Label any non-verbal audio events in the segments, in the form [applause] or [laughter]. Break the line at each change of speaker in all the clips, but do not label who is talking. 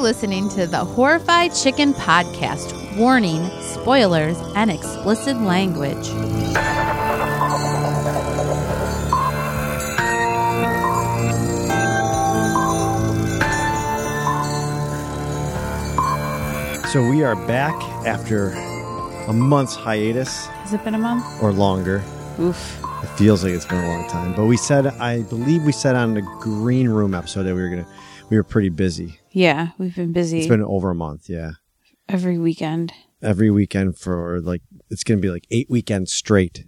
listening to the Horrified Chicken Podcast. Warning, spoilers, and explicit language.
So we are back after a month's hiatus
Has it been a month?
or longer.
Oof.
It feels like it's been a long time, but we said I believe we said on the green room episode that we were gonna we were pretty busy.
Yeah, we've been busy
It's been over a month, yeah.
every weekend.
Every weekend for like it's gonna be like eight weekends straight.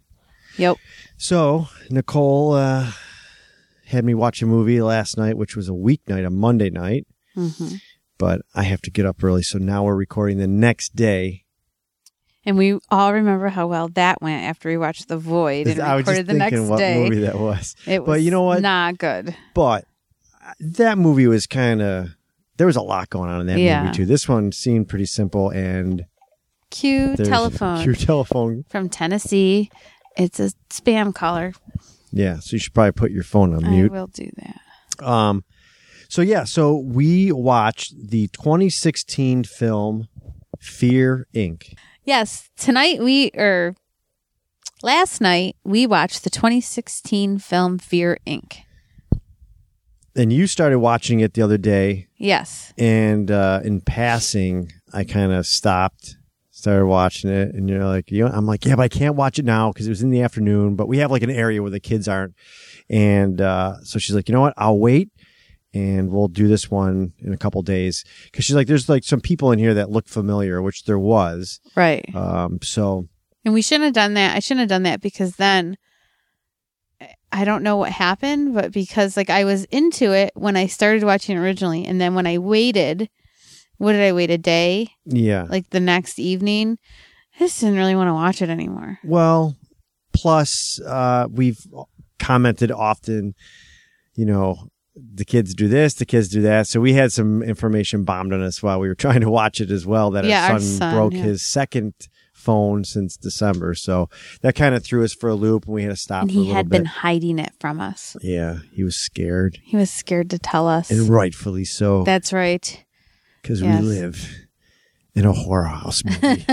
Yep.
So Nicole uh, had me watch a movie last night, which was a weeknight, a Monday night,
hmm
but I have to get up early, so now we're recording the next day.
And we all remember how well that went after we watched The Void and
I was just
recorded the
thinking
next
what
day.
movie that was.
It was
but you know what?
not good.
but uh, that movie was kind of there was a lot going on in that
Yeah.
movie too. This one seemed pretty simple and
Cue
there's
telephone
[laughs] Your telephone,
from Tennessee. It's a spam caller.
yeah. So you should probably put your phone on mute.
I will do that.
Um, so yeah, so we watched the 2016 film Fear Inc.
Yes, tonight we or last night we watched the 2016 film Fear Inc.
And you started watching it the other day,
Yes.
and uh, in passing, I kind of stopped, started watching it, and you're like, you know, I'm like, yeah, but I can't watch it now because it was in the afternoon. But we have like an area where the kids aren't, and uh, so she's like, you know what, I'll wait, and we'll do this one in a couple days because she's like, there's like some people in here that look familiar, which there was.
Right.
Um, so
And we shouldn't have done that. I shouldn't have done that because then I- I don't know what happened, but because like I was into it when I started watching it originally and then when I waited, what did I wait a day?
yeah,
Like the next evening, I just didn't really want to watch it anymore.
Well, plus uh, we've commented often, you know, the kids do this, the kids do that. So we had some information bombed on us while we were [laughs] trying to watch it as well. That
Yeah,
our,
our
son
son,
broke
yeah.
his second phone since December, so that kind of threw us for a loop, and we had to stop.
and
for a
he
little
had
bit.
been hiding it from us.
Yeah, he was scared,
He was scared to tell us.
and rightfully so,
That's right.
because
yes.
we live in a horror
[laughs]
house movie.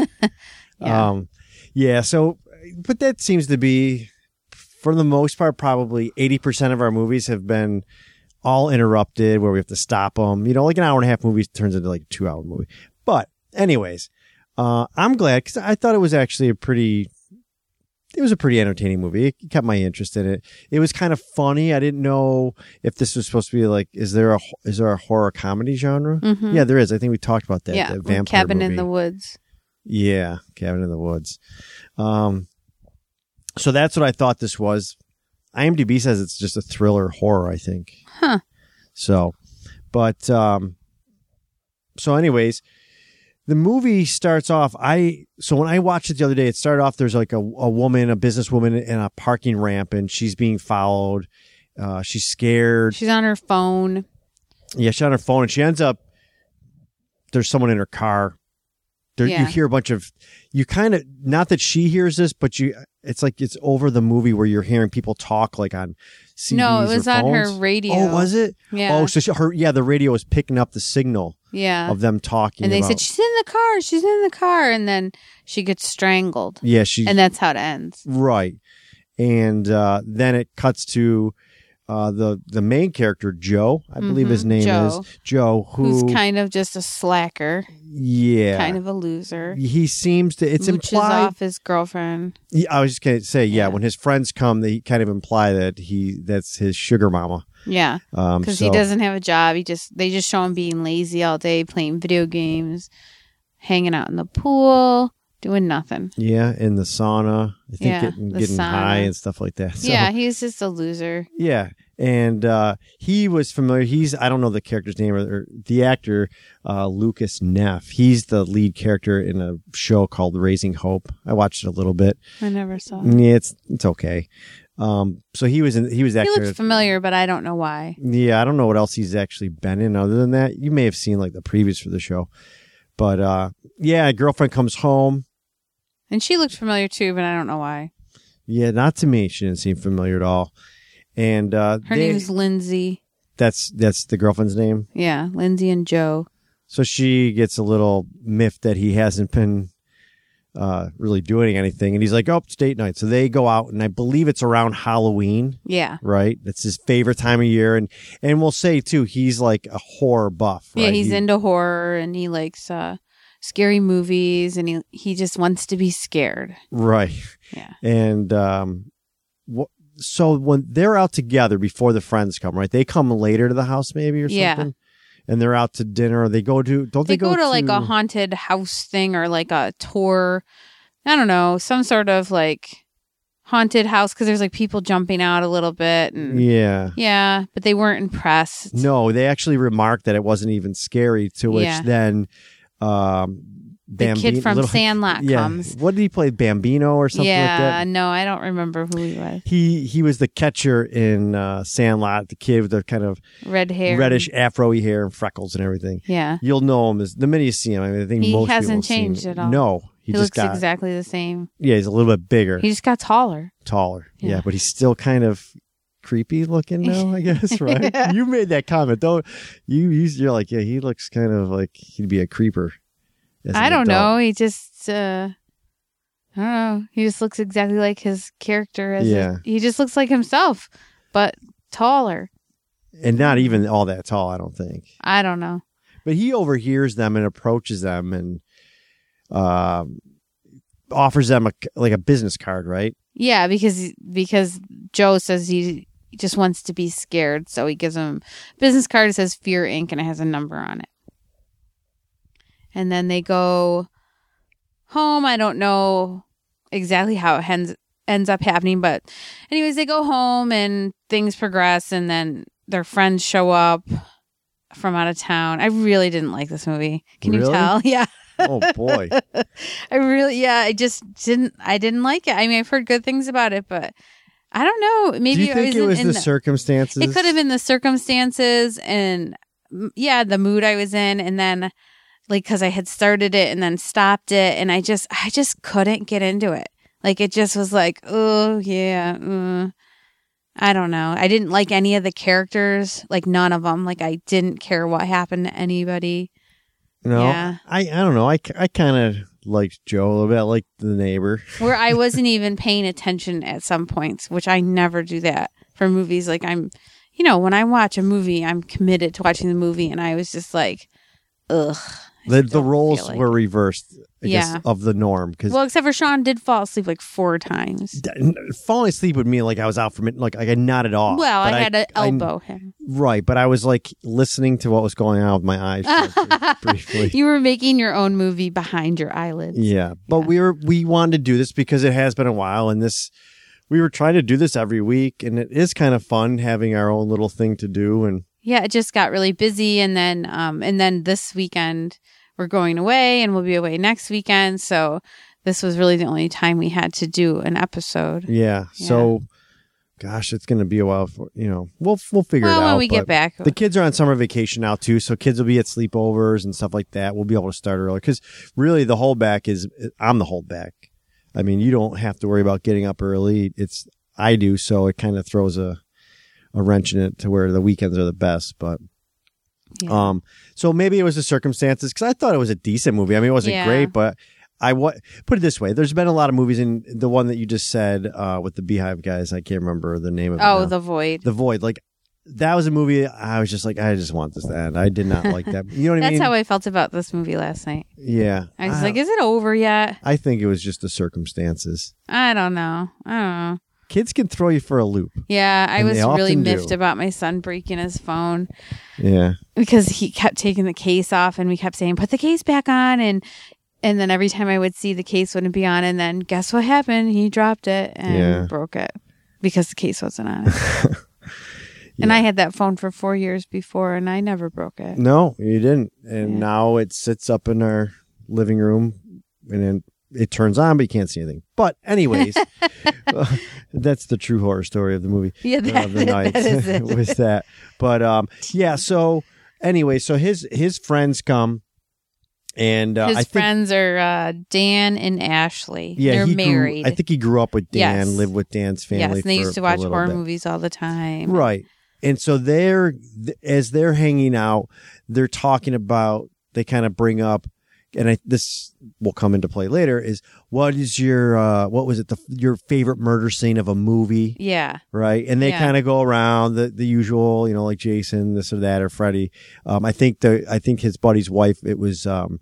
Yeah.
Um, yeah. So, but that seems to be, for the most part, probably eighty percent of our movies have been all interrupted, where we have to stop them. You know, like an hour and a half movie turns into like a two-hour movie. But, anyways, uh, I'm glad because I thought it was actually a pretty. It was a pretty entertaining movie. It kept my interest in it. It was kind of funny. I didn't know if this was supposed to be like, is there a is there a horror comedy genre?
Mhm.
Yeah, there is. I think we talked about that.
yeah.
that vampire
Cabin in
movie.
the Woods.
Yeah, Cabin in the Woods. Um, so that's what I thought this was. IMDb says it's just a thriller horror. I think.
Huh.
So, but um, so anyways, the movie starts off. I so when I watched it the other day, it started off. There's like a a woman, a businesswoman, in a parking ramp, and she's being followed. Uh, she's scared.
She's on her phone.
Yeah, she's on her phone and she ends up there's someone in her car. There you
Yeah.
hear a bunch of you kind of not that she hears this, but you it's like it's over the movie where you're hearing people talk like on CDs
no, it was
or
on
phones.
her radio.
Oh, was it?
Yeah.
Oh, so she, her yeah, the radio was picking up the signal
yeah.
of them talking.
And they
about-
said, she's in the car. She's in the car. And then she gets strangled.
yeah, she
And that's how it ends.
right, and uh, then it cuts to uh, the the main character Joe, I believe his
Mhm,
name
Joe.
is Joe, who
Who's kind of just a slacker,
yeah,
kind of a loser.
he seems to it's
mooches
implied
off his girlfriend.
Yeah, I was just gonna say, yeah,
Yeah.
when his friends come, they kind of imply that he that's his sugar mama.
Yeah.
Um,
Because
so,
he doesn't have a job. He just They just show him being lazy all day, playing video games, hanging out in the pool, doing nothing.
Yeah, in the sauna, I think
Yeah,
getting,
the
getting high
sauna.
and stuff like that. So,
yeah, he's just a loser.
yeah, and uh, he was familiar. He's I don't know the character's name or, or the actor uh, Lucas Neff. He's the lead character in a show called Raising Hope. I watched it a little bit.
I never saw him.
Yeah, it's it's okay. Um, so he was in he was
He
actually
looked familiar, but I don't know why.
Yeah, I don't know what else he's actually been in other than that. You may have seen like the previews for the show. But uh yeah, girlfriend comes home.
And she looked familiar too, but I don't know why.
Yeah, not to me. She didn't seem familiar at all. And uh
Her
they-
name's Lindsay.
that's that's the girlfriend's name.
Yeah, Lindsay and Joe.
So she gets a little miffed that he hasn't been uh, really doing anything. And he's like, oh, it's date night. So they go out, and I believe it's around Halloween,
Yeah.
right? That's his favorite time of year. And and we'll say, too, he's like a horror buff.
Yeah,
right?
he's
He-
into horror and he likes uh scary movies and he he just wants to be scared.
Right.
Yeah.
And um, wh- so when they're out together before the friends come, right? They come later to the house, maybe or
Yeah.
something. And they're out to dinner. They go to don't
They,
they,
go, to, like a haunted house thing or like a tour. I don't know, some sort of like haunted house cuz there's like people jumping out a little bit and yeah,
yeah.
but they weren't impressed.
No, they actually remarked that it wasn't even scary. To which
Yeah.
then, um,
The
Bambi-
kid from
little- [laughs]
Sandlot
yeah.
comes.
What did he play? Bambino or something
yeah,
like that.
no, I don't remember who he was.
He he was the catcher in uh, Sandlot. The kid with the kind of
Red hair.
reddish afro-y hair and freckles and everything.
Yeah.
You'll know him as the minute you see him. I mean, I think
He
most people
hasn't
have seen
changed
him.
at all.
No,
He,
he, just
looks
got
exactly the same.
yeah, he's a little bit bigger,
He just got taller.
taller. Yeah.
Yeah.
but he's still kind of creepy looking now.
[laughs]
I guess right.
Yeah.
You made that comment though. You you- you're like yeah, he looks kind of like he'd be a creeper. as an
I don't
adult.
know. He just, uh, I don't know. He just looks exactly like his character. As a-
Yeah.
he just looks like himself, but taller.
and not even all that tall. I don't think.
I don't know.
But he overhears them and approaches them and um, offers them a like a business card, right?
Yeah, because because Joe says he just wants to be scared, so he gives him a business card. It says Fear Inc. and it has a number on it. And then they go home. I don't know exactly how it ends ends up happening, but anyways, they go home and things progress, and then their friends show up from out of town. I really didn't like this movie. Can you
Really?
tell? [laughs] Yeah.
Oh
[laughs]
boy.
I really, yeah, I just didn't, I didn't like it. I mean, I've heard good things about it, but I don't know. Maybe
Do you think it
wasn't
was
in
the, circumstances?
It could have been the circumstances and mm, yeah, the mood I was in, and then like because I had started it and then stopped it, and I just, I just couldn't get into it. Like it just was like, oh yeah, mm. I don't know. I didn't like any of the characters, like none of them. Like I didn't care what happened to anybody.
No,
Yeah.
I I don't know. I, I kind of liked Joe a little bit. I liked the neighbor.
where I wasn't even paying attention at some points, which I never do that for movies. Like I'm, you know, when I watch a movie, I'm committed to watching the movie, and I was just like, ugh. I
The
just
the
don't
roles
feel like
were
it.
reversed. I
Yeah.
guess of the norm because
well, except for Sean did fall asleep like four times.
falling asleep would mean like I was out from it. Like I got nodded off.
well, I
Oh, but
had to
I-
elbow
[laughs]
him.
right, but I was like listening to what was going on with my
[laughs]
eyes for- briefly.
you were making your own movie behind your eyelids.
Yeah, but
Yeah.
we were we wanted to do this because it has been a while, and this we were trying to do this every week, and it is kind of fun having our own little thing to do. And
yeah, it just got really busy, and then um, and then this weekend we're going away, and we'll be away next weekend. So this was really the only time we had to do an episode.
yeah, so gosh, it's going to be a while for you know we'll we'll figure
well,
it out.
when we
but-
get back,
The kids are on summer vacation now too, so kids will be at sleepovers and stuff like that. We'll be able to start earlier because really the holdback is I'm the holdback. I mean, you don't have to worry about getting up early. It's I do, so it kind of throws a a wrench in it to where the weekends are the best. But
Yeah.
um, so maybe it was the circumstances because I thought it was a decent movie. I mean, it wasn't
Yeah.
great, but I what put it this way: there's been a lot of movies, and the one that you just said uh, with the Beehive guys, I can't remember the name of it.
oh,
now.
the void.
The Void. Like that was a movie I was just like, I just want this to end. I did not like that. You know what
[laughs]
I
That's
mean?
how I felt about this movie last night.
yeah.
I was like, "Is it over yet?"
I think it was just the circumstances.
I don't know. I don't know.
Kids can throw you for a loop.
Yeah, I
And
was
they
really
often do.
miffed about my son breaking his phone
Yeah.
because he kept taking the case off, and we kept saying, "Put the case back on," and and then every time I would see the case wouldn't be on, and then guess what happened? He dropped it and
Yeah.
broke it because the case wasn't
[laughs]
on. it. And I had that phone for four years before, and I never broke
[laughs]
it.
No, you didn't. And
Yeah.
now it sits up in our living room and then it turns on, but you can't see anything. But
[laughs]
anyways, [laughs] that's the true horror story of the movie.
Yeah, [laughs] that,
of the night
that
[laughs]
is it.
was that. But um, yeah. So anyway, so his his friends come, and uh,
His
I think
friends are uh, Dan and Ashley.
yeah,
they're
he grew-
married.
I think he grew up with
Yes.
Dan, lived with Dan's family.
yes, and they
for-
used to
for a
watch
little
horror
bit.
movies all the time.
right? And so they're th- as they're hanging out, they're talking about they kind of bring up, and I, this will come into play later. Is what is your uh, what was it the your favorite murder scene of a movie?
Yeah.
right? And they
Yeah.
kind of go around the, the usual, you know, like Jason, this or that, or Freddy. Um, I think the I think his buddy's wife. It was um,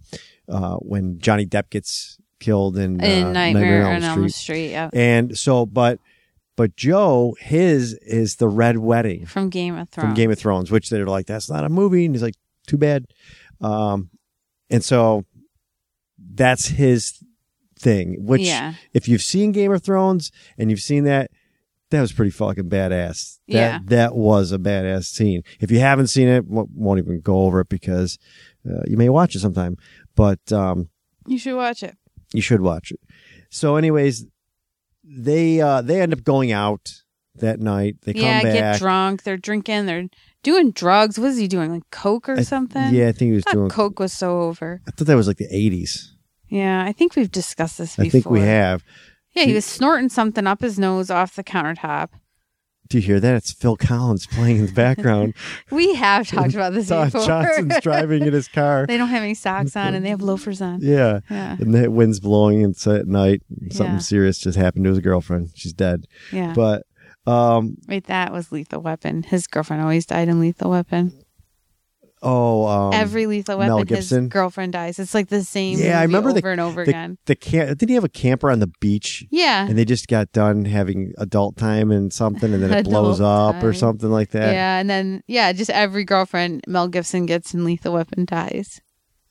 uh, when Johnny Depp gets killed in, uh,
In Nightmare on Elm
Street.
Street. Yeah.
And so, but but Joe, his is the Red Wedding
From Game of Thrones.
from Game of Thrones, which they're like, that's not a movie, and he's like, too bad. Um, and so that's his thing, which
yeah.
if you've seen Game of Thrones and you've seen that, that was pretty fucking badass. That,
Yeah.
That was a badass scene. If you haven't seen it, w- won't even go over it because uh, you may watch it sometime, but um,
You should watch it.
you should watch it. So, anyways, they uh, they end up going out that night. They come
yeah,
back.
get drunk. They're drinking. They're doing drugs. What is he doing? Like coke or
I-
something?
Yeah, I think he was
I thought
doing.
coke was so over.
I thought that was like the 80s.
Yeah, I think we've discussed this before.
I think we have.
Yeah, he was snorting something up his nose off the countertop.
Do you hear that? It's Phil Collins playing in the
[laughs]
background.
We have talked about
[laughs]
this
Don
before.
Johnson's driving in his
[laughs]
car.
they don't have any
[laughs]
socks on and they have loafers on.
Yeah.
Yeah,
and the wind's blowing and it's at night something
Yeah.
serious just happened to his girlfriend she's dead
yeah.
but um
Wait, that was Lethal Weapon. His girlfriend always died in Lethal Weapon.
oh um
Every Lethal
Mel
Weapon, his
Gibson?
girlfriend dies. It's like the same.
Yeah, I
movie
remember the-
over and over
the-
again.
the camp did he have a camper on the beach
Yeah,
and they just got done having adult time and something and then it
[laughs]
blows
Adult
up or
time.
something like that
yeah, and then yeah, just every girlfriend Mel Gibson gets in Lethal Weapon dies.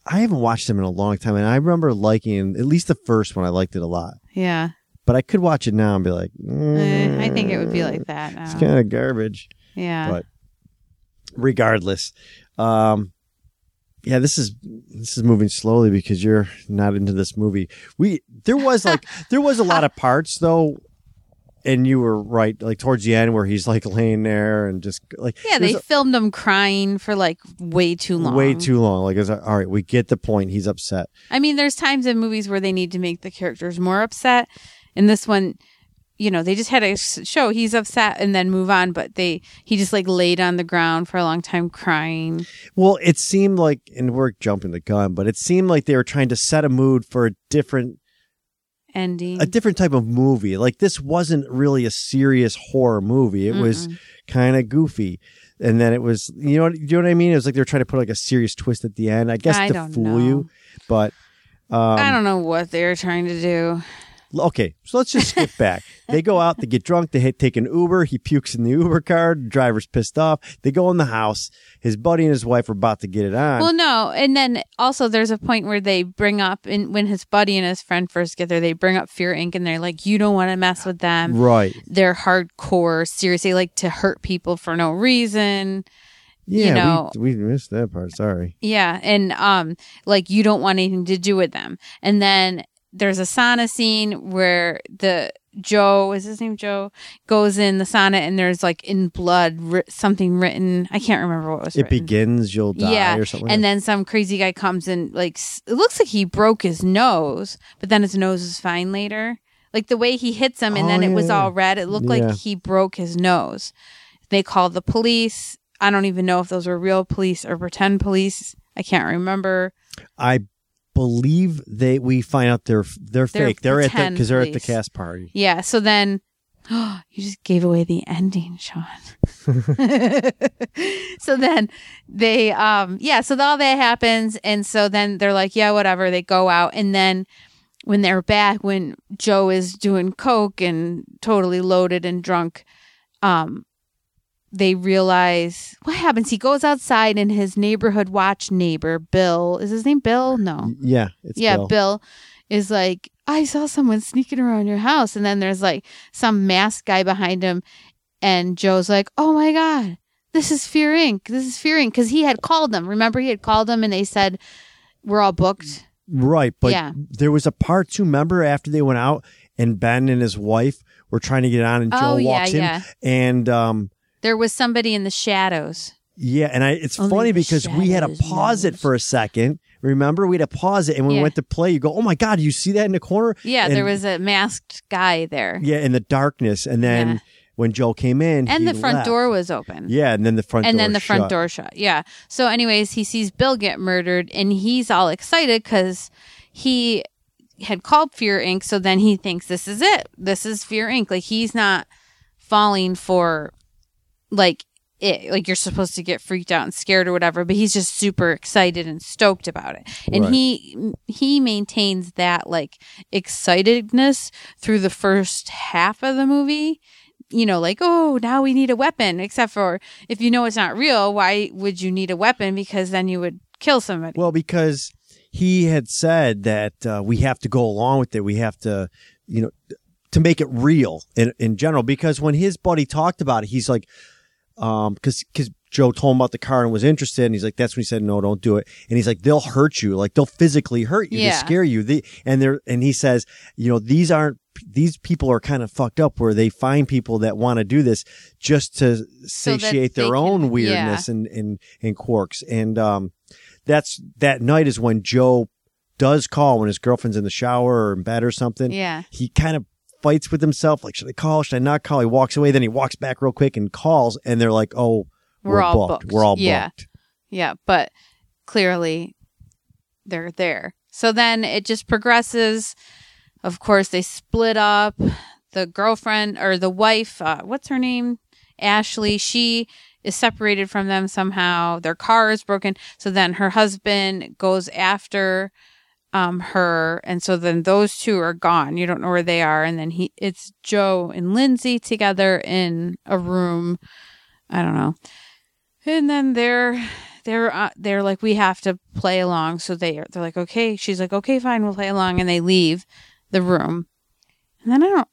i haven't watched him in a long time and i remember liking at least the first one i liked it a lot
Yeah,
but i could watch it now and be like
Eh, I think it would be
"Mm,
like that.
it's
Now.
kind of garbage
Yeah,
but- regardless um yeah this is this is moving slowly because you're not into this movie we
[laughs]
there was like there was a lot of parts though and you were right like towards the end where he's like laying there and just like
yeah, they
there's
filmed him crying for like way too long.
way too long like it's like, all right we get the point he's upset
I mean, there's times in movies where they need to make the characters more upset. In this one, you know, they just had to s- show he's upset and then move on, but they he just like laid on the ground for a long time crying.
well it seemed like and we're jumping the gun but it seemed like they were trying to set a mood for a different
Ending.
a different type of movie like this wasn't really a serious horror movie it was
Mm-mm.
kind of goofy. And then it was, you know, what, you know what I mean? It was like they're trying to put like a serious twist at the end, I guess,
I
to
don't
fool
know.
you. But um,
I don't know what they were trying to do.
okay, so let's just skip back. They go out, they get drunk, they hit, take an Uber. He pukes in the Uber car. The driver's pissed off. They go in the house. His buddy and his wife are about to get it on.
Well, no, and then also there's a point where they bring up and when his buddy and his friend first get there, they bring up Fear Inc. and they're like, "You don't want to mess with them.
right?
They're hardcore, serious. They like to hurt people for no reason."
Yeah,
know-
we, we missed that part. Sorry.
Yeah, and um, like you don't want anything to do with them. And then there's a sauna scene where the Joe is his name Joe goes in the sauna and there's like in blood wri- something written. I can't remember what was
It
written.
begins, you'll die,
Yeah,
or something.
and
like
then some crazy guy comes and like s- it looks like he broke his nose, but then his nose is fine later. Like the way he hits him, and
Oh,
then it was
yeah.
all red. It looked
Yeah.
like he broke his nose. They called the police. I don't even know if those were real police or pretend police. I can't remember.
that. I believe they we find out they're they're,
They're
fake. They're at the
pretend
because they're at the
police.
cast party.
Yeah. So then, [gasps] you just gave away the ending, Sean. [laughs] so then they, um, yeah. So all that happens, and so then they're like, yeah, whatever. They go out, and then when they're back, when Joe is doing coke and totally loaded and drunk, um, they realize what happens. He goes outside, and his neighborhood watch neighbor, Bill, is his name Bill? No,
Yeah, it's
yeah,
Bill.
is like, I saw someone sneaking around your house. And then there's like some masked guy behind him. And Joe's like, oh my God, this is Fear Inc. This is Fear Inc. Because he had called them. Remember, he had called them and they said, we're all booked.
Right, but
Yeah.
there was a part two. Remember after they went out and Ben and his wife were trying to get on, and Joe
oh, yeah,
walks in,
yeah.
and um,
There was somebody in the shadows.
yeah, and I. It's
Only
funny
the
because we had to
shadows
pause it
knows.
for a second. Remember, we had to pause it, and when we
Yeah.
went to play, you go, "Oh my god, you see that in the corner?"
Yeah,
And-
there was a masked guy there.
Yeah, in the darkness, and then when Joel came in,
and
he
the front
left.
door was open.
Yeah, and then the front
and
door
then the front
shut.
door shut. Yeah. So, anyways, he sees Bill get murdered, and he's all excited because he had called Fear Inc. So then he thinks this is it. This is Fear Inc. Like he's not falling for like it. Like you're supposed to get freaked out and scared or whatever. But he's just super excited and stoked about it. And
Right.
he he maintains that like excitedness through the first half of the movie. You know, like, oh, now we need a weapon. Except for if you know it's not real, why would you need a weapon? Because then you would kill somebody.
Well, because he had said that uh, we have to go along with it. We have to, you know, to make it real in, in general. Because when his buddy talked about it, he's like, um, cause, cause Joe told him about the car and was interested. And he's like, that's when he said, no, don't do it. And he's like, they'll hurt you. Like they'll physically hurt you
Yeah.
to scare you. They, and they're, and he says, you know, these aren't, these people are kind of fucked up where they find people that want to do this just to
that
satiate
they
their
can-
own
yeah.
weirdness and, and, and quirks. And, um, that's that night is when Joe does call when his girlfriend's in the shower or in bed or something.
yeah.
He kind of fights with himself, like, should I call? Should I not call? He walks away, then he walks back real quick and calls, and they're like, Oh, we're,
We're all
booked.
booked.
We're all
Yeah.
booked.
Yeah, but clearly they're there. So then it just progresses. Of course, they split up. The girlfriend or the wife, uh, what's her name? Ashley, she is separated from them somehow. Their car is broken. So then her husband goes after um, her. And so then those two are gone. You don't know where they are. And then he, it's Joe and Lindsay together in a room. I don't know. And then they're they're uh, they're like we have to play along so they they're like okay she's like okay fine we'll play along and they leave the room and then i don't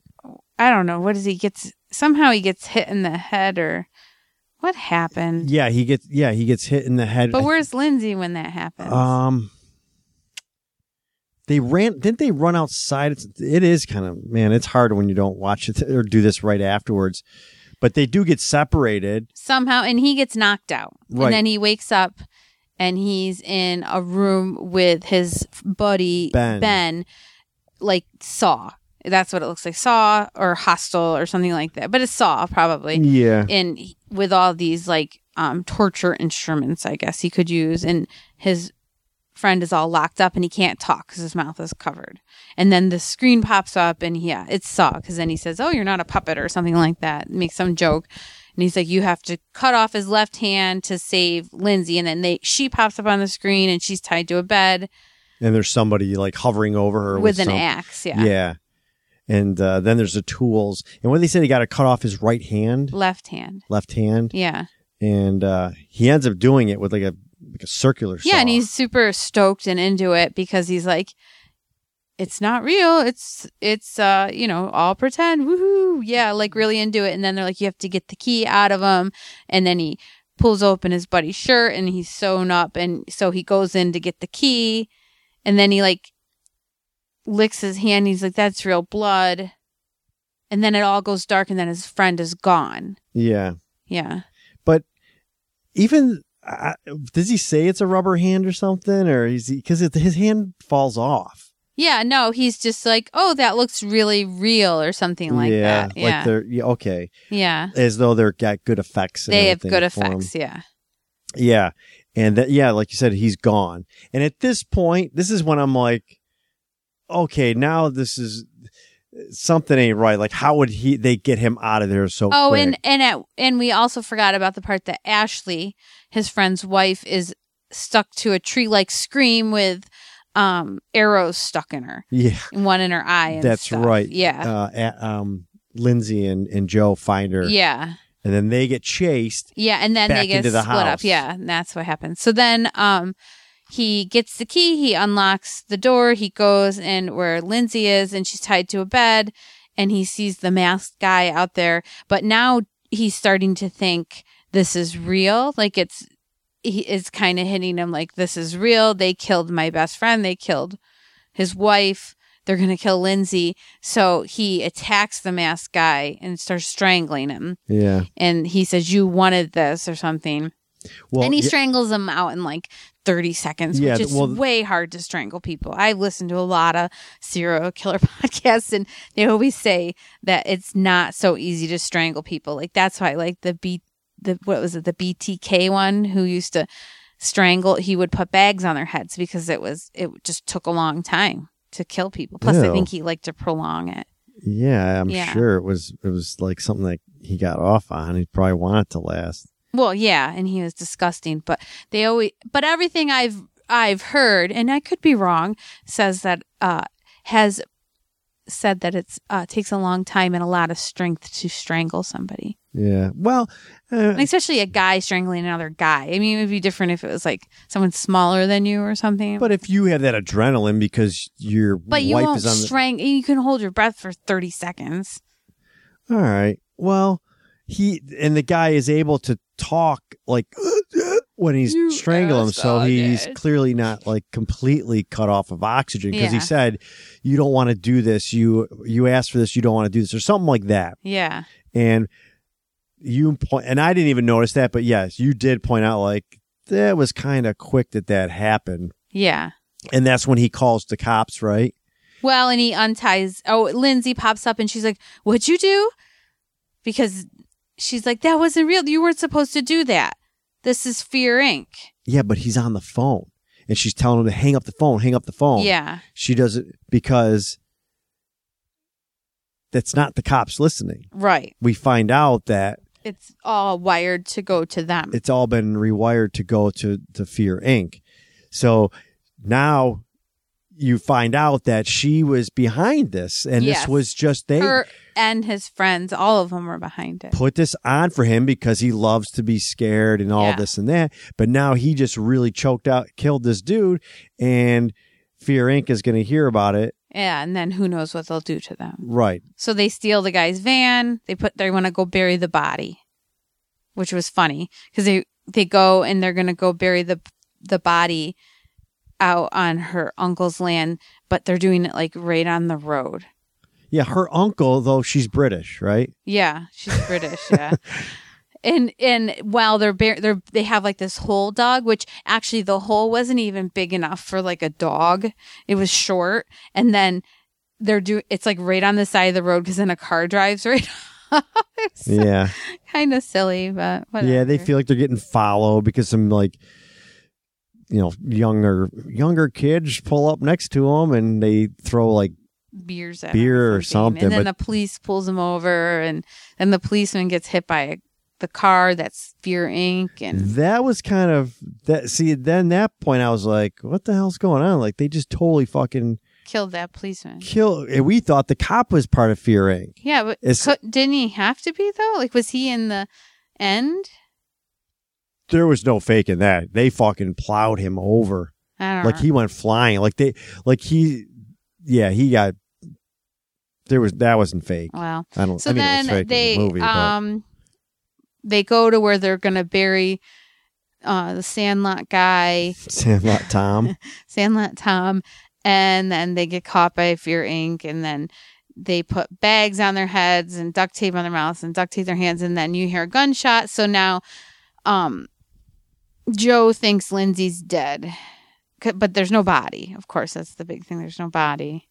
i don't know what does he gets somehow he gets hit in the head or what happened
Yeah, he gets yeah, he gets hit in the head.
but where's lindsay when that happens
um they ran didn't they run outside? It's, it is kind of man, it's hard when you don't watch it or do this right afterwards. But they do get separated.
somehow and he gets knocked out
Right.
and then he wakes up and he's in a room with his buddy
Ben.
like saw that's what it looks like saw or hostile or something like that but it's saw probably
Yeah.
and he- with all these like um, torture instruments, I guess he could use. And his friend is all locked up and he can't talk because his mouth is covered. And then the screen pops up and yeah, it's Saw because then he says, "Oh, you're not a puppet" or something like that. Makes some joke. And he's like, "You have to cut off his left hand to save Lindsay." And then they she pops up on the screen and she's tied to a bed
And there's somebody like hovering over her
with an
some-
axe. Yeah.
Yeah. And uh, then there's the tools. And what they said, he got to cut off his right hand,
left hand.
left hand,
Yeah,
and uh, he ends up doing it with like a like a circular saw.
yeah, and he's super stoked and into it because he's like, it's not real. It's it's uh you know all pretend. Woohoo! Yeah, like really into it. And then they're like, you have to get the key out of him. And then he pulls open his buddy's shirt and he's sewn up. And so he goes in to get the key. And then he like licks his hand. He's like, that's real blood. And then it all goes dark. And then his friend is gone.
yeah.
Yeah.
Even uh, does he say it's a rubber hand or something, or is he because his hand falls off?
Yeah, no, he's just like, oh, that looks really real or something like
yeah,
that. Yeah.
like they're yeah, okay,
yeah.
as though they're got good effects. and
They have
everything
good
for him.
effects. Yeah.
Yeah. And that, yeah, like you said, he's gone. And at this point, this is when I'm like, okay, now this is something ain't right. Like, how would he, they get him out of there so
Oh,
quick?
and and at, and we also forgot about the part that Ashley, his friend's wife, is stuck to a tree like scream with um arrows stuck in her,
yeah,
and one in her eye. And
that's
stuff.
right.
Yeah.
Uh, at, um, Lindsay and, and Joe find her.
yeah.
And then they get chased.
Yeah, and then
back
they get
into the
split up.
house.
Yeah, and that's what happens. So then um he gets the key, he unlocks the door, he goes in where Lindsay is and she's tied to a bed and he sees the masked guy out there, but now he's starting to think this is real, like it's he is kind of hitting him like this is real. They killed my best friend, they killed his wife. They're going to kill Lindsay. So he attacks the masked guy and starts strangling him
Yeah.
and he says you wanted this or something
Well,
and he
yeah,
strangles them out in like 30 seconds,
Yeah,
which is
well-
way hard to strangle people. I've listened to a lot of serial [laughs] killer podcasts, and they always say that it's not so easy to strangle people. Like that's why, like the B, the what was it, the BTK one who used to strangle. He would put bags on their heads because it was it just took a long time to kill people. Plus, I
Ew.
think he liked to prolong it.
yeah, I'm
Yeah.
sure it was it was like something that he got off on. He probably wanted to last.
Well, yeah, and he was disgusting, but they always but everything I've I've heard and I could be wrong says that uh has said that it's uh takes a long time and a lot of strength to strangle somebody.
Yeah. Well, uh,
And especially a guy strangling another guy. I mean, it would be different if it was like someone smaller than you or something.
but if you have that adrenaline because your
but you
wife
won't
is on the
strangle. You can hold your breath for thirty seconds.
All right. Well, he and the guy is able to talk like [gasps] when he's
You
strangling him, so
asshole,
he's
dude.
clearly not like completely cut off of oxygen because
Yeah.
he said, "You don't want to do this. You you asked for this. You don't want to do this," or something like that.
Yeah,
And you po- and I didn't even notice that, but yes, you did point out like that was kind of quick that that happened,
yeah.
and that's when he calls the cops, right?
Well, and he unties. Oh, Lindsay pops up and she's like, "What'd you do?" Because she's like, "That wasn't real. You weren't supposed to do that. This is Fear Inc."
Yeah, but he's on the phone, and she's telling him to hang up the phone, hang up the phone.
Yeah,
She does it because that's not the cops listening.
right.
We find out that
It's all wired to go to them.
it's all been rewired to go to, to Fear Inc. So now you find out that she was behind this and
Yes.
this was just they
Her and his friends, all of them, are behind it.
put this on for him because he loves to be scared and all
Yeah.
this and that. But now he just really choked out, killed this dude, and Fear Inc. is going to hear about it.
Yeah, and then who knows what they'll do to them?
Right.
So they steal the guy's van. They put. They want to go bury the body, which was funny because they they go and they're gonna go bury the the body out on her uncle's land, but they're doing it like right on the road.
Yeah. Her uncle, though, she's British, right?
Yeah, she's British. yeah. And and while they're bar- they're they have like this hole dug, which actually the hole wasn't even big enough for like a dog. It was short, and then they're do it's like right on the side of the road because then a car drives right. [laughs] up. It's
Yeah.
kind of silly, but whatever.
Yeah, they feel like they're getting followed because some like you know younger younger kids pull up next to them and they throw like
beers at
beer or something,
and then
but-
the police pulls him over, and then the policeman gets hit by a, the car that's Fear Inc. and
that was kind of that. See, then that point I was like, what the hell's going on? Like they just totally fucking
killed that policeman.
kill. And we thought the cop was part of Fear Inc.
Yeah, but
It's-
cou- didn't he have to be though? Like, was he in the end?
There was no faking that. They fucking plowed him over.
I don't
Like
know.
he went flying. Like they, like he, yeah, he got. There was that wasn't fake.
Well,
I don't.
so
I mean, it was fake
then
in
they
the movie, but-
um they go to where they're gonna bury uh the Sandlot guy.
[laughs] Sandlot Tom.
Sandlot Tom, and then they get caught by Fear Inc. And then they put bags on their heads and duct tape on their mouths and duct tape their hands, and then you hear a gunshot. So now, um, Joe thinks Lindsay's dead, C- but there's no body. Of course, that's the big thing. There's no body,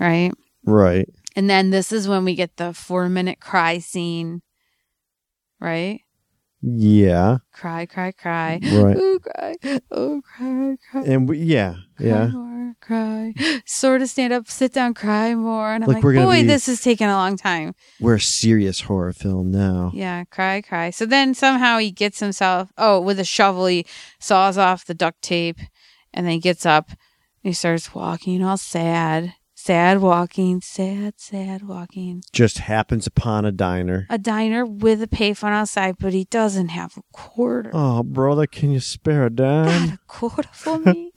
right?
right.
And then this is when we get the four minute cry scene, right?
Yeah.
Cry, cry, cry.
Right.
Ooh, cry. Oh, cry, cry.
And we, yeah, yeah.
Cry more, cry. [gasps] Sort of stand up, sit down, cry more. And I'm
Like,
like,
we're gonna
boy,
be-
this is taking a long time.
We're a serious horror film now.
Yeah, cry, cry. So then somehow he gets himself, oh, with a shovel, he saws off the duct tape and then he gets up and he starts walking all sad, sad walking, sad, sad walking.
Just happens upon a diner.
A diner with a payphone outside, but he doesn't have a quarter. [laughs]
Oh, brother, can you spare a
Got
dime?
a quarter for
[laughs]
me.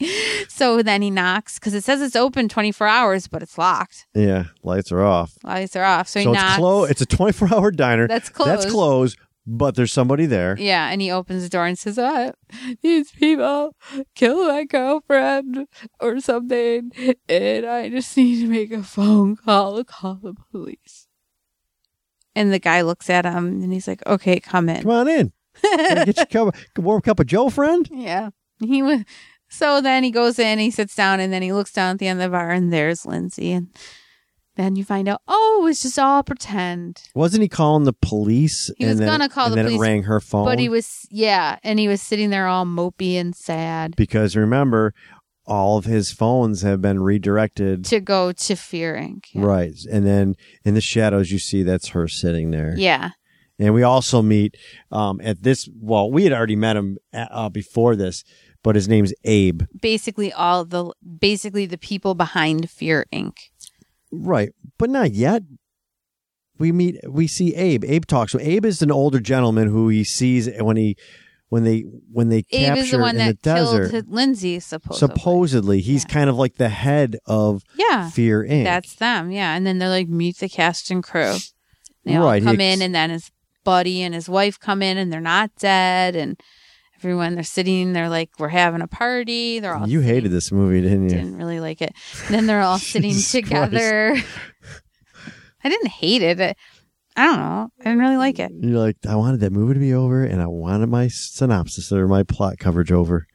so then he knocks because it says it's open 24 hours, but it's locked.
yeah, lights are off.
Lights are off. So he
so
knocks.
it's closed. It's a 24 hour
[laughs]
diner.
That's closed.
That's closed, but there's somebody there.
Yeah, and he opens the door and says, "Ah, "These people kill my girlfriend or something, and I just need to make a phone call to call the police." And the guy looks at him and he's like, "Okay, come in."
Come on in. Gotta get your cup,
[laughs]
warm cup of Joe, friend.
Yeah. He was so then he goes in, he sits down, and then he looks down at the end of the bar and there's Lindsay. And then you find out, oh, it's just all pretend.
Wasn't he calling the police?
He was
and then-
gonna call
and
the
then
police,
It rang her phone.
But he was yeah, and he was sitting there all mopey and sad
because remember, all of his phones have been redirected.
to go to Fear Inc. Yeah.
Right, and then in the shadows, you see that's her sitting there.
Yeah.
And we also meet um, at this. Well, we had already met him uh, before this, but his name's Abe.
Basically all the basically the people behind Fear Inc.
Right, but not yet. We meet, we see Abe. Abe talks. So Abe is an older gentleman who he sees when he, when they, when they
Abe
capture
is the one
in
that
the desert.
killed Lindsay, supposedly.
supposedly, he's
Yeah.
kind of like the head of
yeah.
Fear Inc.
That's them, yeah. And then they're like, meet the cast and crew. They
Right, he
all come
ex-
in, and then his buddy and his wife come in, and they're not dead, and everyone they're sitting, they're like, we're having a party. They're all
you
sitting-
hated this movie, didn't you?
Didn't really like it. And then they're all
[laughs]
sitting
Jesus
together. [laughs] I didn't hate it. I, I don't know. I didn't really like it.
You're like, I wanted that movie to be over, and I wanted my synopsis or my plot coverage over.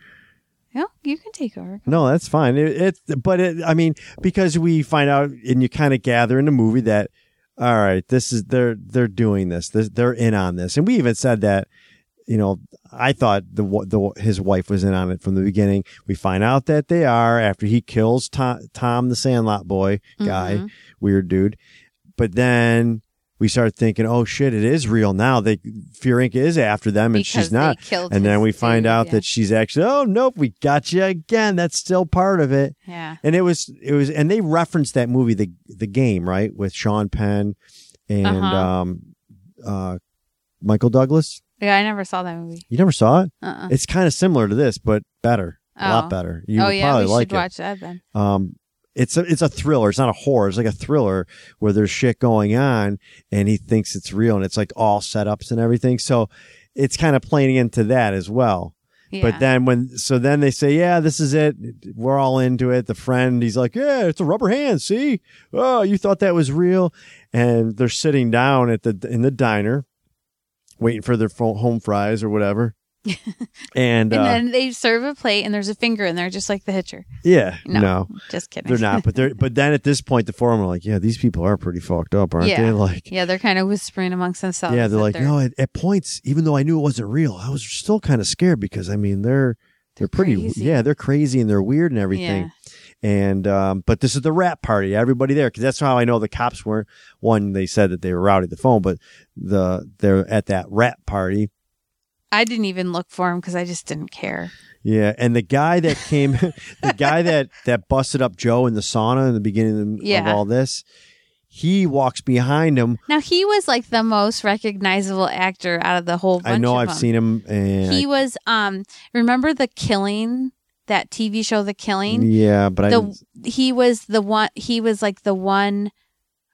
No, you can take over.
No, that's fine. It, it but it, I mean, because we find out and you kind of gather in the movie that, all right, this is they're they're doing this. this they're in on this, and we even said that. You know, I thought the wa- the his wife was in on it from the beginning. We find out that they are after he kills Tom, Tom the Sandlot boy guy,
Mhm.
weird dude. But then we start thinking, oh shit, it is real now. They Fear Inc. is after them, and
Because
she's
they
not.
killed
And then
his
we find
dude,
out
yeah.
that she's actually, oh nope, we got you again. That's still part of it.
yeah,
And it was, it was, and they referenced that movie, the the game, right, with Sean Penn and
Uh-huh.
um, uh, Michael Douglas.
yeah, I never saw that movie.
You never saw it.
Uh-uh.
It's kind of similar to this, but better, a
Oh.
lot better. You
oh
would
yeah,
probably
we
like
should
it.
watch that then.
Um, it's a it's a thriller. It's not a horror. It's like a thriller where there's shit going on, and he thinks it's real, and it's like all setups and everything. So it's kind of playing into that as well.
Yeah.
But then when so then they say, yeah, this is it. We're all into it. The friend, he's like, yeah, it's a rubber hand. See, oh, you thought that was real, and they're sitting down at the in the diner, waiting for their fo- home fries or
[laughs]
whatever. and
and
uh,
then they serve a plate, and there's a finger in there, just like the hitcher.
yeah,
No,
no,
Just kidding.
they're not. But they're but then at this point, the forum are like, yeah, these people are pretty fucked up, aren't
Yeah.
they? Like.
Yeah, they're kind of whispering amongst themselves.
Yeah, they're
that
like, no, at, at points, even though I knew it wasn't real, I was still kind of scared because I mean, they're they're, pretty,
crazy.
yeah, they're crazy and they're weird and everything.
Yeah.
and um, but this is the rap party. Everybody there, because that's how I know the cops weren't. One, they said that they were routed the phone, but the they're at that rap party.
I didn't even look for him because I just didn't care.
Yeah, and the guy that came, [laughs] the guy that that busted up Joe in the sauna in the beginning of
Yeah.
all this, he walks behind him.
Now he was like the most recognizable actor out of the whole. Bunch
I know
of
I've
them.
seen him, and
He was. Um, remember the Killing, that TV show, The Killing.
yeah, but I
The he was the one. He was like the one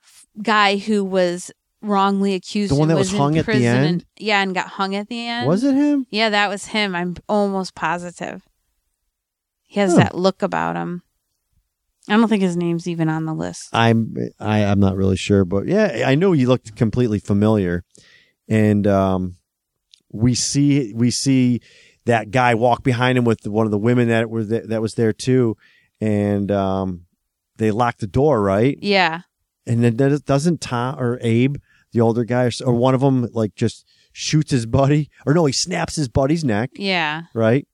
f- guy who was wrongly accused.
The
and
one that was
in
hung at the
prison and-
end?
yeah, and got hung at the end.
was it him.
Yeah, that was him. I'm almost positive. He has
Huh.
that look about him. I don't think his name's even on the list.
I'm I, I'm not really sure, but yeah, I know you looked completely familiar, and um, we see we see that guy walk behind him with one of the women that were th- that was there too, and um, they lock the door right,
Yeah.
and then does- doesn't Tom or Abe, the older guy, or, s- or one of them like just shoots his buddy, or no, he snaps his buddy's neck,
Yeah.
right?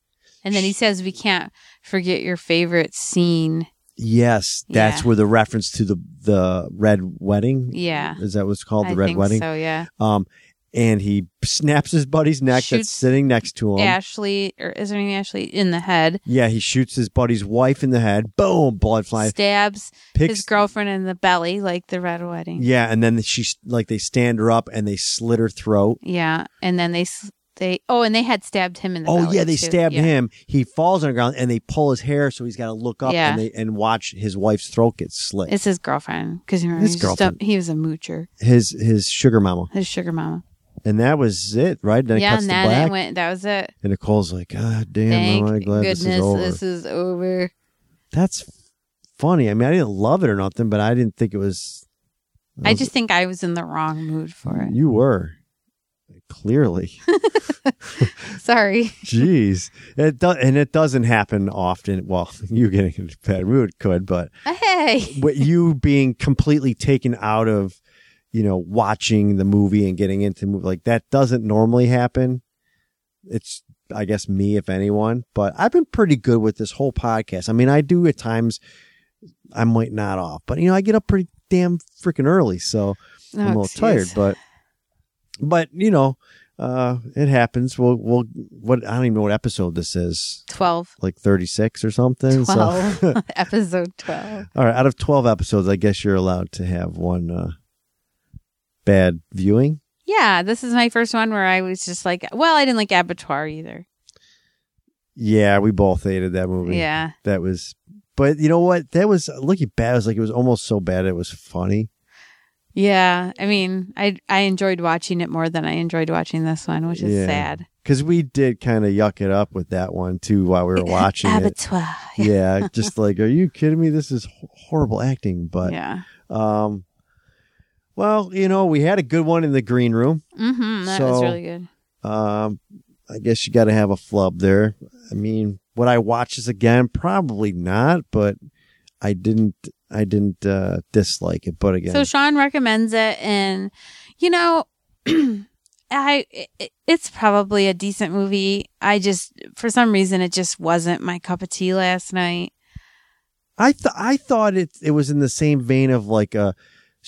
And then he says we can't forget your favorite scene.
Yes, that's
Yeah.
where the reference to the the red wedding.
Yeah.
Is that what's called the
I
red
think
wedding?
so, yeah.
Um, and he snaps his buddy's neck
Shoots
that's sitting next to him.
Ashley or is there any Ashley in the head?
Yeah, he shoots his buddy's wife in the head. Boom, blood flies.
Stabs
Picks.
his girlfriend in the belly like the red wedding. Yeah.
yeah, and then she like they stand her up and they slit her throat.
And then they s- they oh, and they had stabbed him in the
Oh
belly,
yeah, they
too.
stabbed
Yeah.
him. He falls on the ground and they pull his hair so he's got to look up
Yeah.
and they and watch his wife's throat get slit.
It's his girlfriend because he
His
was just a-
girlfriend.
he was a moocher,
his his sugar mama,
his sugar mama.
and that was it, right? Then it
yeah,
cuts
and
to
then
black,
it went. That was it.
and Nicole's like, "God damn,
Thank
am I glad
goodness
this is over."
over.
That's funny. I mean, I didn't love it or nothing, but I didn't think it was.
I
was-
just think I was in the wrong mood for it.
You were.
[laughs]
Clearly, Mm.
Sorry. [laughs]
jeez, it do- and it doesn't happen often. Well, [laughs] you getting in a bad mood could, but
Hey.
what you being completely taken out of, you know, watching the movie and getting into the movie like that doesn't normally happen. It's I guess me if anyone, but I've been pretty good with this whole podcast. I mean, I do at times I might not off, but you know, I get up pretty damn freaking early, so
No,
I'm a little tired,
excuse.
but but you know, uh it happens. We'll we'll what I don't even know what episode this is.
Twelve. [laughs]
Like 36 or something. so-
Twelve. Episode twelve.
all right, out of 12 episodes, I guess you're allowed to have one uh, bad viewing.
Yeah, this is my first one where I was just like, well, I didn't like Abattoir either.
Yeah, we both hated that movie.
Yeah.
That was, but you know what? That was, looking bad, it was like, it was almost so bad it was funny.
Yeah, I mean, I I enjoyed watching it more than I enjoyed watching this one, which is
Yeah.
sad.
Because we did kind of yuck it up with that one too while we were watching it.
Abattoir.
Yeah,
[laughs]
just like, are you kidding me? This is h- horrible acting. But,
yeah.
um, well, you know, we had a good one in the green room.
Mm-hmm. That was
So-
really good.
Um, I guess you got to have a flub there. I mean, would I watch this again? Probably not, but I didn't. I didn't uh, dislike it. But again,
So Sean recommends it, and you know, [clears throat] I it, it's probably a decent movie. I just for some reason it just wasn't my cup of tea last night.
I th- I thought it it was in the same vein of like a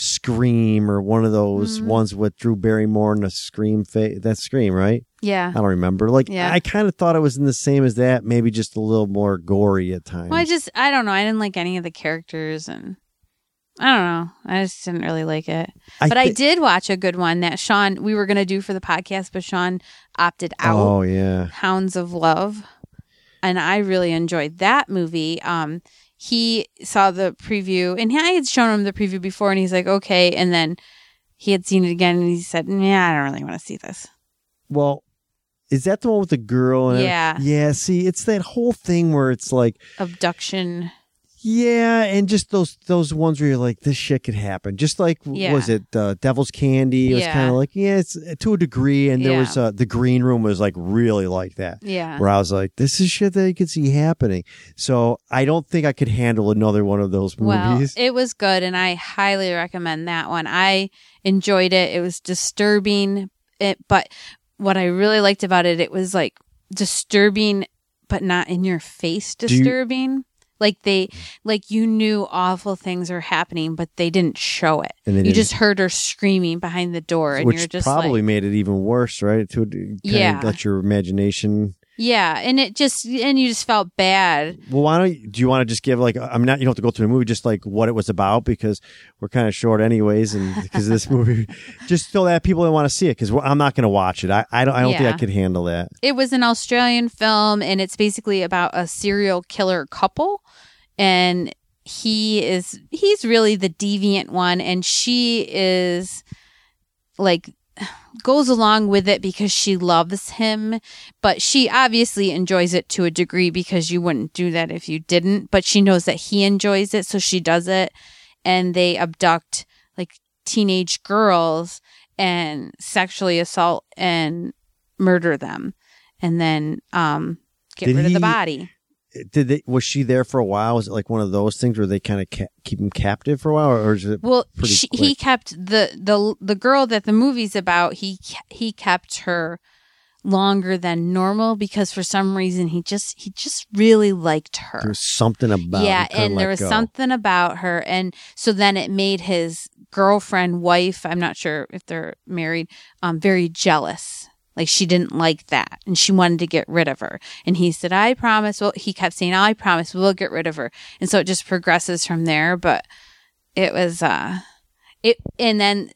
Scream or one of those
Mhm.
ones with Drew Barrymore and a Scream face. That's Scream, right? I
Yeah.
don't remember. Like
Yeah.
I kind of thought it was in the same as that. Maybe just a little more gory at times.
Well, I just I don't know. I didn't like any of the characters, and I don't know. I just didn't really like it. but I
thi-
did watch a good one that Sean we were gonna do for the podcast, but Sean opted out.
Oh yeah.
Hounds of Love, and I really enjoyed that movie. Um, he saw the preview, and I had shown him the preview before, and he's like, "Okay," and then he had seen it again, and he said, "Yeah, I don't really want to see this."
Well, is that the one with the girl? And
Yeah.
Yeah. See, it's that whole thing where it's like,
Abduction.
yeah, and just those those ones where you're like, this shit could happen. Just like, w-
Yeah.
was it uh, Devil's Candy? It was
Yeah.
kind of like, yeah, it's uh, to a degree. And there
Yeah.
was uh, the Green Room was like really like that.
Yeah,
Where I was like, this is shit that you could see happening. So I don't think I could handle another one of those
Well,
movies.
it was good, and I highly recommend that one. I enjoyed it. It was disturbing, it, but what I really liked about it, it was like disturbing, but not in your face
you- Mm.
disturbing. like they, like you knew awful things were happening, but they didn't show it.
and then
You just heard her screaming behind the door, and
which
you're just like,
probably made it even worse, right? To kind
Yeah.
of let your imagination
yeah, and it just, and you just felt bad.
Well, why don't you, do you want to just give like I'm not you don't have to go through the movie just like what it was about because we're kind of short anyways and [laughs] because of this movie just so that people that want to see it because I'm not going to watch it I, I don't I don't think
Yeah.
I could handle that
it was an Australian film, and it's basically about a serial killer couple, and he is he's really the deviant one, and she is like goes along with it because she loves him, but she obviously enjoys it to a degree because you wouldn't do that if you didn't, but she knows that he enjoys it, so she does it, and they abduct like teenage girls and sexually assault and murder them and then um get
Did
rid of
he-
the body.
did they was she there for a while was it like one of those things where they kind of ca- keep him captive for a while or is it
Well,
pretty
she, he
quick.
kept the the the girl that the movie's about. He he kept her longer than normal because for some reason he just he just really liked her.
there was something about
yeah,
it, oh, couldn't
and
let
there was
go.
something about her, and so then it made his girlfriend, wife. I'm not sure if they're married. Um, very jealous. Like she didn't like that, and she wanted to get rid of her. And he said, "I promise." Well, he kept saying, "I promise, we'll get rid of her." And so it just progresses from there. But it was uh, it, and then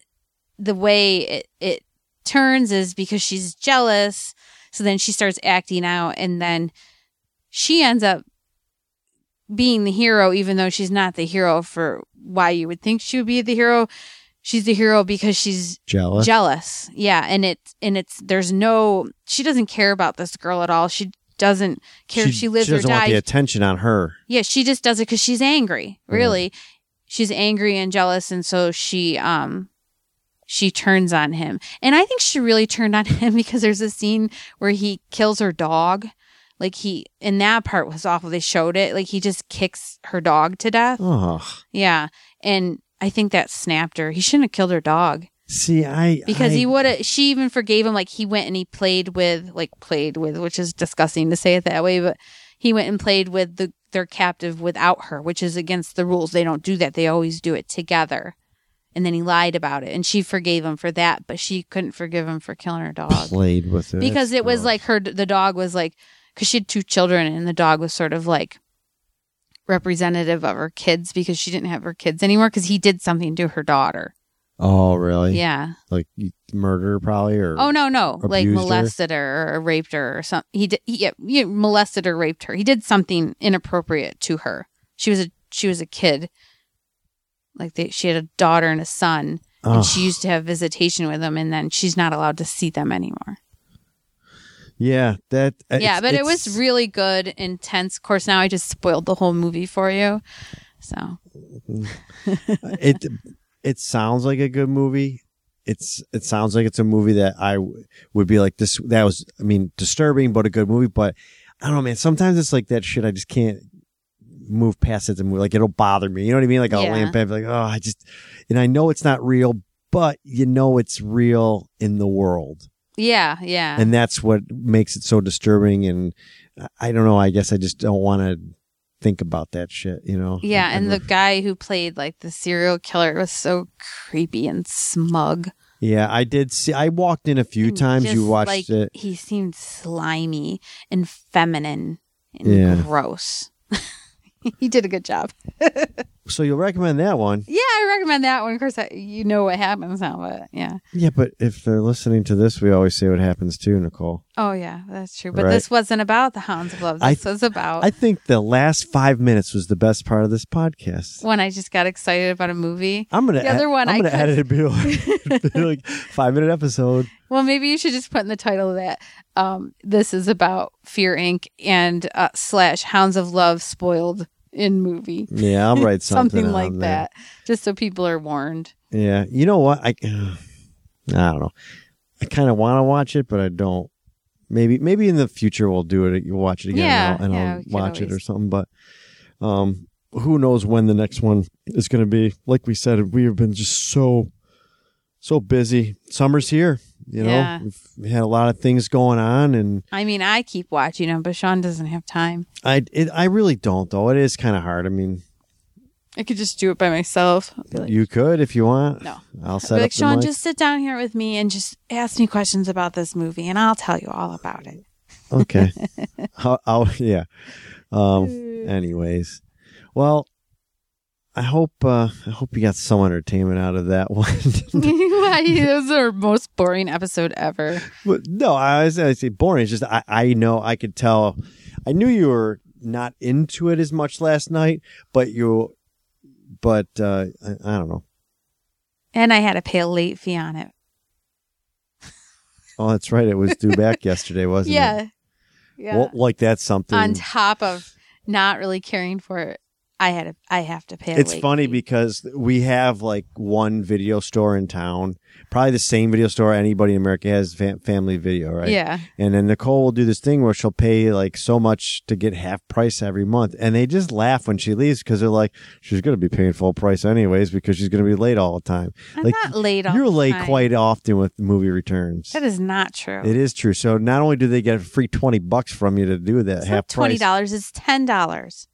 the way it it turns is because she's jealous. So then she starts acting out, and then she ends up being the hero, even though she's not the hero for why you would think she would be the hero. She's the hero because she's
jealous
jealous. Yeah, and it and it's there's no she doesn't care about this girl at all. She doesn't care if she lives
she
or
doesn't want the
dies.
attention on her
Yeah, she just does it because she's angry. Really, she's angry and jealous, and so she um she turns on him. And I think she really turned on [laughs] him because there's a scene where he kills her dog. Like he, and that part was awful. They showed it. Like he just kicks her dog to death.
Oh,
Yeah. And I think that snapped her. He shouldn't have killed her dog
see, I
because
I,
he would have, she even forgave him. Like he went and he played with, like played with, which is disgusting to say it that way, but he went and played with the, their captive without her, which is against the rules. They don't do that. They always do it together. And then he lied about it and she forgave him for that, but she couldn't forgive him for killing her dog
played with Oh. it
because
That's
it was
gross.
like her the dog was like because she had two children and the dog was sort of like representative of her kids because she didn't have her kids anymore because he did something to her daughter
oh really
yeah
like you- murder probably or
oh no no like
Abused her?
molested her. or raped her or something he did he, yeah, he molested or raped her he did something inappropriate to her she was a she was a kid like they, she had a daughter and a son and
Ugh.
she used to have visitation with them and then she's not allowed to see them anymore
yeah that
yeah,
Uh, it's-
but it
it's-
was really good, intense. Of course, now I just spoiled the whole movie for you. So
[laughs] it it sounds like a good movie. It's it sounds like it's a movie that I w- would be like this. That was I mean disturbing, but a good movie. But I don't know, man. Sometimes it's like that shit. I just can't move past it. The movie like it'll bother me. You know what I mean? Like I'll
Yeah.
lay in bed be like oh I just and I know it's not real, but you know it's real in the world,
yeah, yeah,
and that's what makes it so disturbing. And I- I don't know. I guess I just don't want to think about that shit. You know?
yeah.
I- I
And the
don't-
guy who played like the serial killer was so creepy and smug.
Yeah, I did see. I walked in a few
And
times. you
Hmm, Mm, just,
watched
like,
it.
He seemed slimy and feminine and
Yeah.
gross. [laughs] he did a good job.
So you'll recommend that one.
Yeah, I recommend that one. Of course, I, you know what happens now, but yeah.
Yeah, but if they're listening to this, we always say what happens too, Nicole.
Oh yeah, that's true. But
Right.
this wasn't about the Hounds of Love.
I-
This was about
I think the last five minutes was the best part of this podcast.
when I just got excited about a movie.
I'm gonna
The other
ed-
one
I'm
I
gonna
could-
edit it be
[laughs]
like, be like five minute episode.
Well, maybe you should just put in the title of that um, this is about Fear Inc. and uh, slash Hounds of Love spoiled in movie.
Yeah, I'll
[laughs]
write something, on
like
there.
that, just so people are warned.
Yeah, you know what? I [sighs] I don't know. I kind of want to watch it, but I don't. Maybe maybe in the future we'll do it. You'll watch it again,
Yeah,
and I'll, and
yeah,
I'll
we could
watch it or
always-
something. But um, who knows when the next one is going to be? Like we said, we have been just so so busy. Summer's here. You know,
Yeah.
we've we had a lot of things going on, and
I mean, I keep watching them, but Sean doesn't have time.
I it, I really don't though. It is kind of hard. I mean,
I could just do it by myself. I'd be like,
you could if you want.
No.
I'll
I'd
set
be
up
like
the
Sean,
mic.
just sit down here with me and just ask me questions about this movie, and I'll tell you all about
[laughs]
it. [laughs]
Okay. I'll, I'll, yeah.
Mm.
Um, anyways, well, I hope uh, I hope you got some entertainment out of that [laughs] one.
Why, it was our most boring episode ever.
but no, I was I say boring. It's just I I know I could tell. I knew you were not into it as much last night, but you, but uh, I, I don't know.
And I had to pay a late fee on it.
Oh, that's right. It was due
[laughs]
back yesterday, wasn't
yeah.
it?
Yeah.
Well, like that's something.
on top of not really caring for it, I had a, I have to pay. a
It's
late
funny
fee.
because we have like one video store in town, probably the same video store anybody in America has, fam- Family Video, right?
yeah,
And then Nicole will do this thing where she'll pay like so much to get half price every month, and they just laugh when she leaves because they're like, she's going to be paying full price anyways because she's going to be late all the time.
I'm
like,
not late. All
You're
the
late
time.
quite often with movie returns.
That is not true.
It is true. So not only do they get a free twenty bucks from you to do that
It's
half
not twenty
price
dollars. It's ten dollars.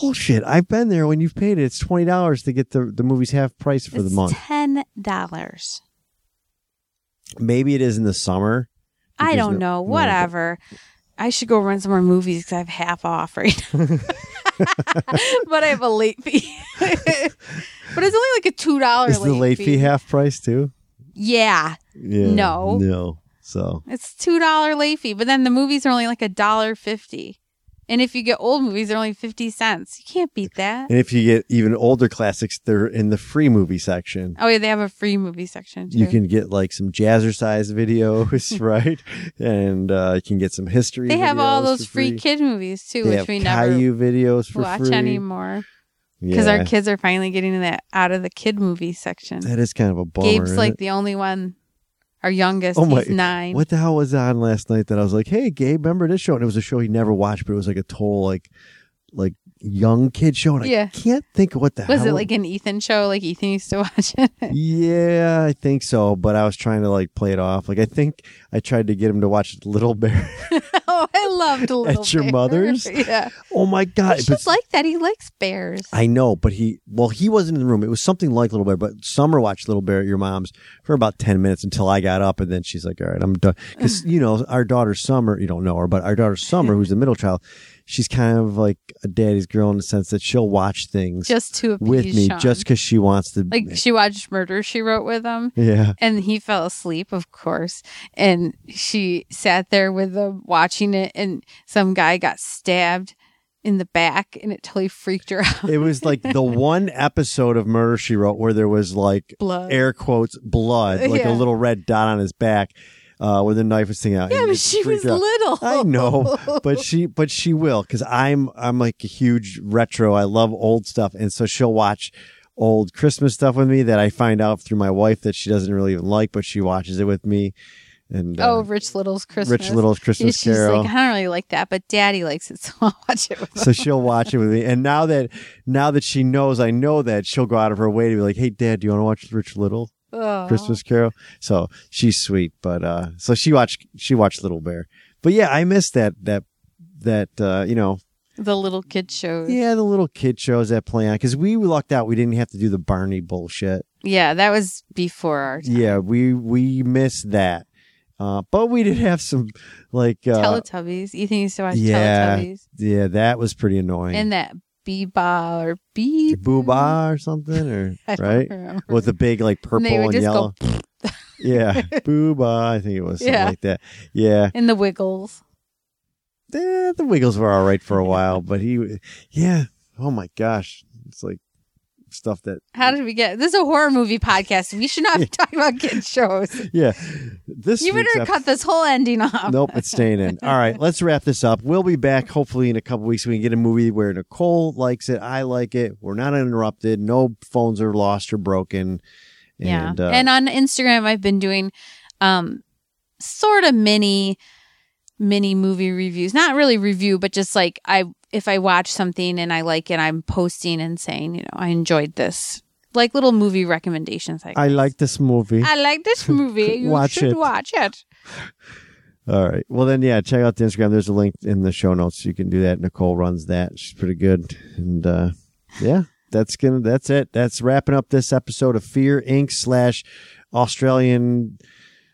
bullshit. I've been there when you've paid it. It's twenty dollars to get the the movies half price for the month.
ten dollars.
Maybe it is in the summer.
I
Because
don't
the-
know.
no, but-
Whatever. I should go run some more movies because I have half off right now. [laughs] but I have a late fee. [laughs] but it's only like a two dollar
Is the late fee. half price too?
Yeah,
Yeah.
No.
No. So
It's two dollar late fee, but then the movies are only like a dollar fifty, and if you get old movies, they're only fifty cents. You can't beat that.
and if you get even older classics, they're in the free movie section.
Oh yeah, they have a free movie section too.
You can get like some jazzercise
[laughs]
videos, right? And uh, you can get some history.
they have all
videos
those
for
free
free
kid movies too,
They
which
have
we never
Caillou videos for
watch
free.
anymore. because
Yeah.
our kids are finally getting to that out of the kid movie section.
that is kind of a bummer.
Gabe's
isn't
like
it?
the only one, our youngest.
Oh my-
he's nine.
what the hell was on last night that I was like, hey, Gabe, remember this show? And it was a show he never watched, but it was like a total like like young kid show. And I
Yeah.
can't think of what the
was
hell
it like an Ethan show? Like Ethan used to [laughs] watch it.
Yeah, I think so. But I was trying to like play it off. Like I think I tried to get him to watch Little Bear. [laughs]
oh, I loved Little
At your
Bear.
mother's?
[laughs] Yeah,
oh my god!
he's
but-
just like that. He likes bears.
I know, but he well, he wasn't in the room. It was something like Little Bear, but Summer watched Little Bear at your mom's for about ten minutes until I got up, and then she's like, "All right, I'm done." Because you know, our daughter Summer, you don't know her, but our daughter Summer, who's the middle child, she's kind of like a daddy's girl in the sense that she'll watch things
just to appease
with me
Sean.
just because she wants to.
like she watched Murder She Wrote with him.
yeah,
And he fell asleep, of course. And she sat there with them watching it, and some guy got stabbed in the back, and it totally freaked her [laughs]
[laughs]
out.
it was like the one episode of Murder She Wrote where there was like
Blood.
air quotes blood, like
Yeah.
a little red dot on his back. Uh, where the knife was sticking out.
yeah,
And
but
it
she
freaked
was
her out.
little.
I know,
[laughs]
but she but she will because I'm I'm like a huge retro. I love old stuff, and so she'll watch old Christmas stuff with me that I find out through my wife that she doesn't really even like, but she watches it with me. And
Oh,
uh,
Rich Little's Christmas.
Rich Little's
Yeah,
Christmas
She's
Carol.
like, [laughs] I don't really like that, but Daddy likes it, [laughs] so I'll watch it with him.
so she'll watch it with me, and now that now that she knows, I know that she'll go out of her way to be like, "Hey, Dad, do you want to watch Rich Little?"
Oh.
[laughs] Christmas Carol. So she's sweet, but uh, so she watched she watched Little Bear. But yeah, I miss that that that uh, you know
Oh, The little kid shows. Yeah.
yeah the little kid shows that play on because we lucked out we didn't have to do the Barney bullshit.
that was before our time.
Yeah, we we missed that, uh, but we did have some like uh,
Teletubbies. Ethan used to watch
yeah.
Teletubbies.
yeah that was pretty annoying.
And that Beba or Bee. [laughs]
Booba or something or
I don't
right
remember.
with the big like
And
purple
they would
and
just go [laughs]
yellow. yeah, Booba. I think it was something
Yeah.
like that. Yeah.
in the Wiggles.
eh, the Wiggles were all right for a while, but he, yeah, oh my gosh, it's like stuff that,
How did we get? This is a horror movie podcast. We should not
[laughs]
be talking about kid shows.
yeah, this
You better
week's ep-
cut this whole ending off.
Nope, it's staying in. All right, let's wrap this up. We'll be back hopefully in a couple weeks. We can get a movie where Nicole likes it, I like it. We're not interrupted. No phones are lost or broken.
Yeah.
And, uh,
and on Instagram, I've been doing um, sort of mini, mini movie reviews. Not really review, but just like I, if I watch something and I like it, I'm posting and saying, you know, I enjoyed this. Like little movie recommendations. I,
I like this movie.
I like
[laughs]
this movie. You
Watch
should
it.
watch it.
All right. Well, then, yeah, check out the Instagram. There's a link in the show notes. You can do that. Nicole runs that. She's pretty good. And uh, yeah, that's gonna. That's it. That's wrapping up this episode of Fear Inc. slash Australian [laughs]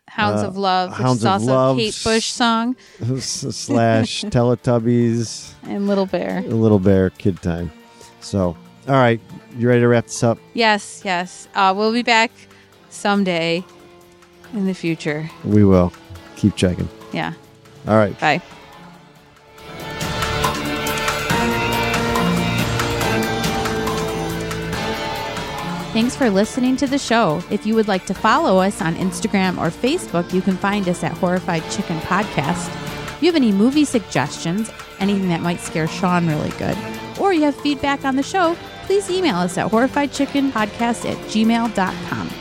Hounds
Uh,
of Love, which
Hounds
is
of
also
Love.
a Kate Bush song,
slash Teletubbies
and Little Bear.
Little Bear Kid Time. So, all right, you ready to wrap this up?
Yes, yes. Uh, we'll be back someday in the future.
We will keep checking.
Yeah.
All right.
Bye. Thanks for listening to the show. If you would like to follow us on Instagram or Facebook, you can find us at Horrified Chicken Podcast. If you have any movie suggestions, anything that might scare Sean really good, or you have feedback on the show, please email us at horrifiedchickenpodcast at gmail.com.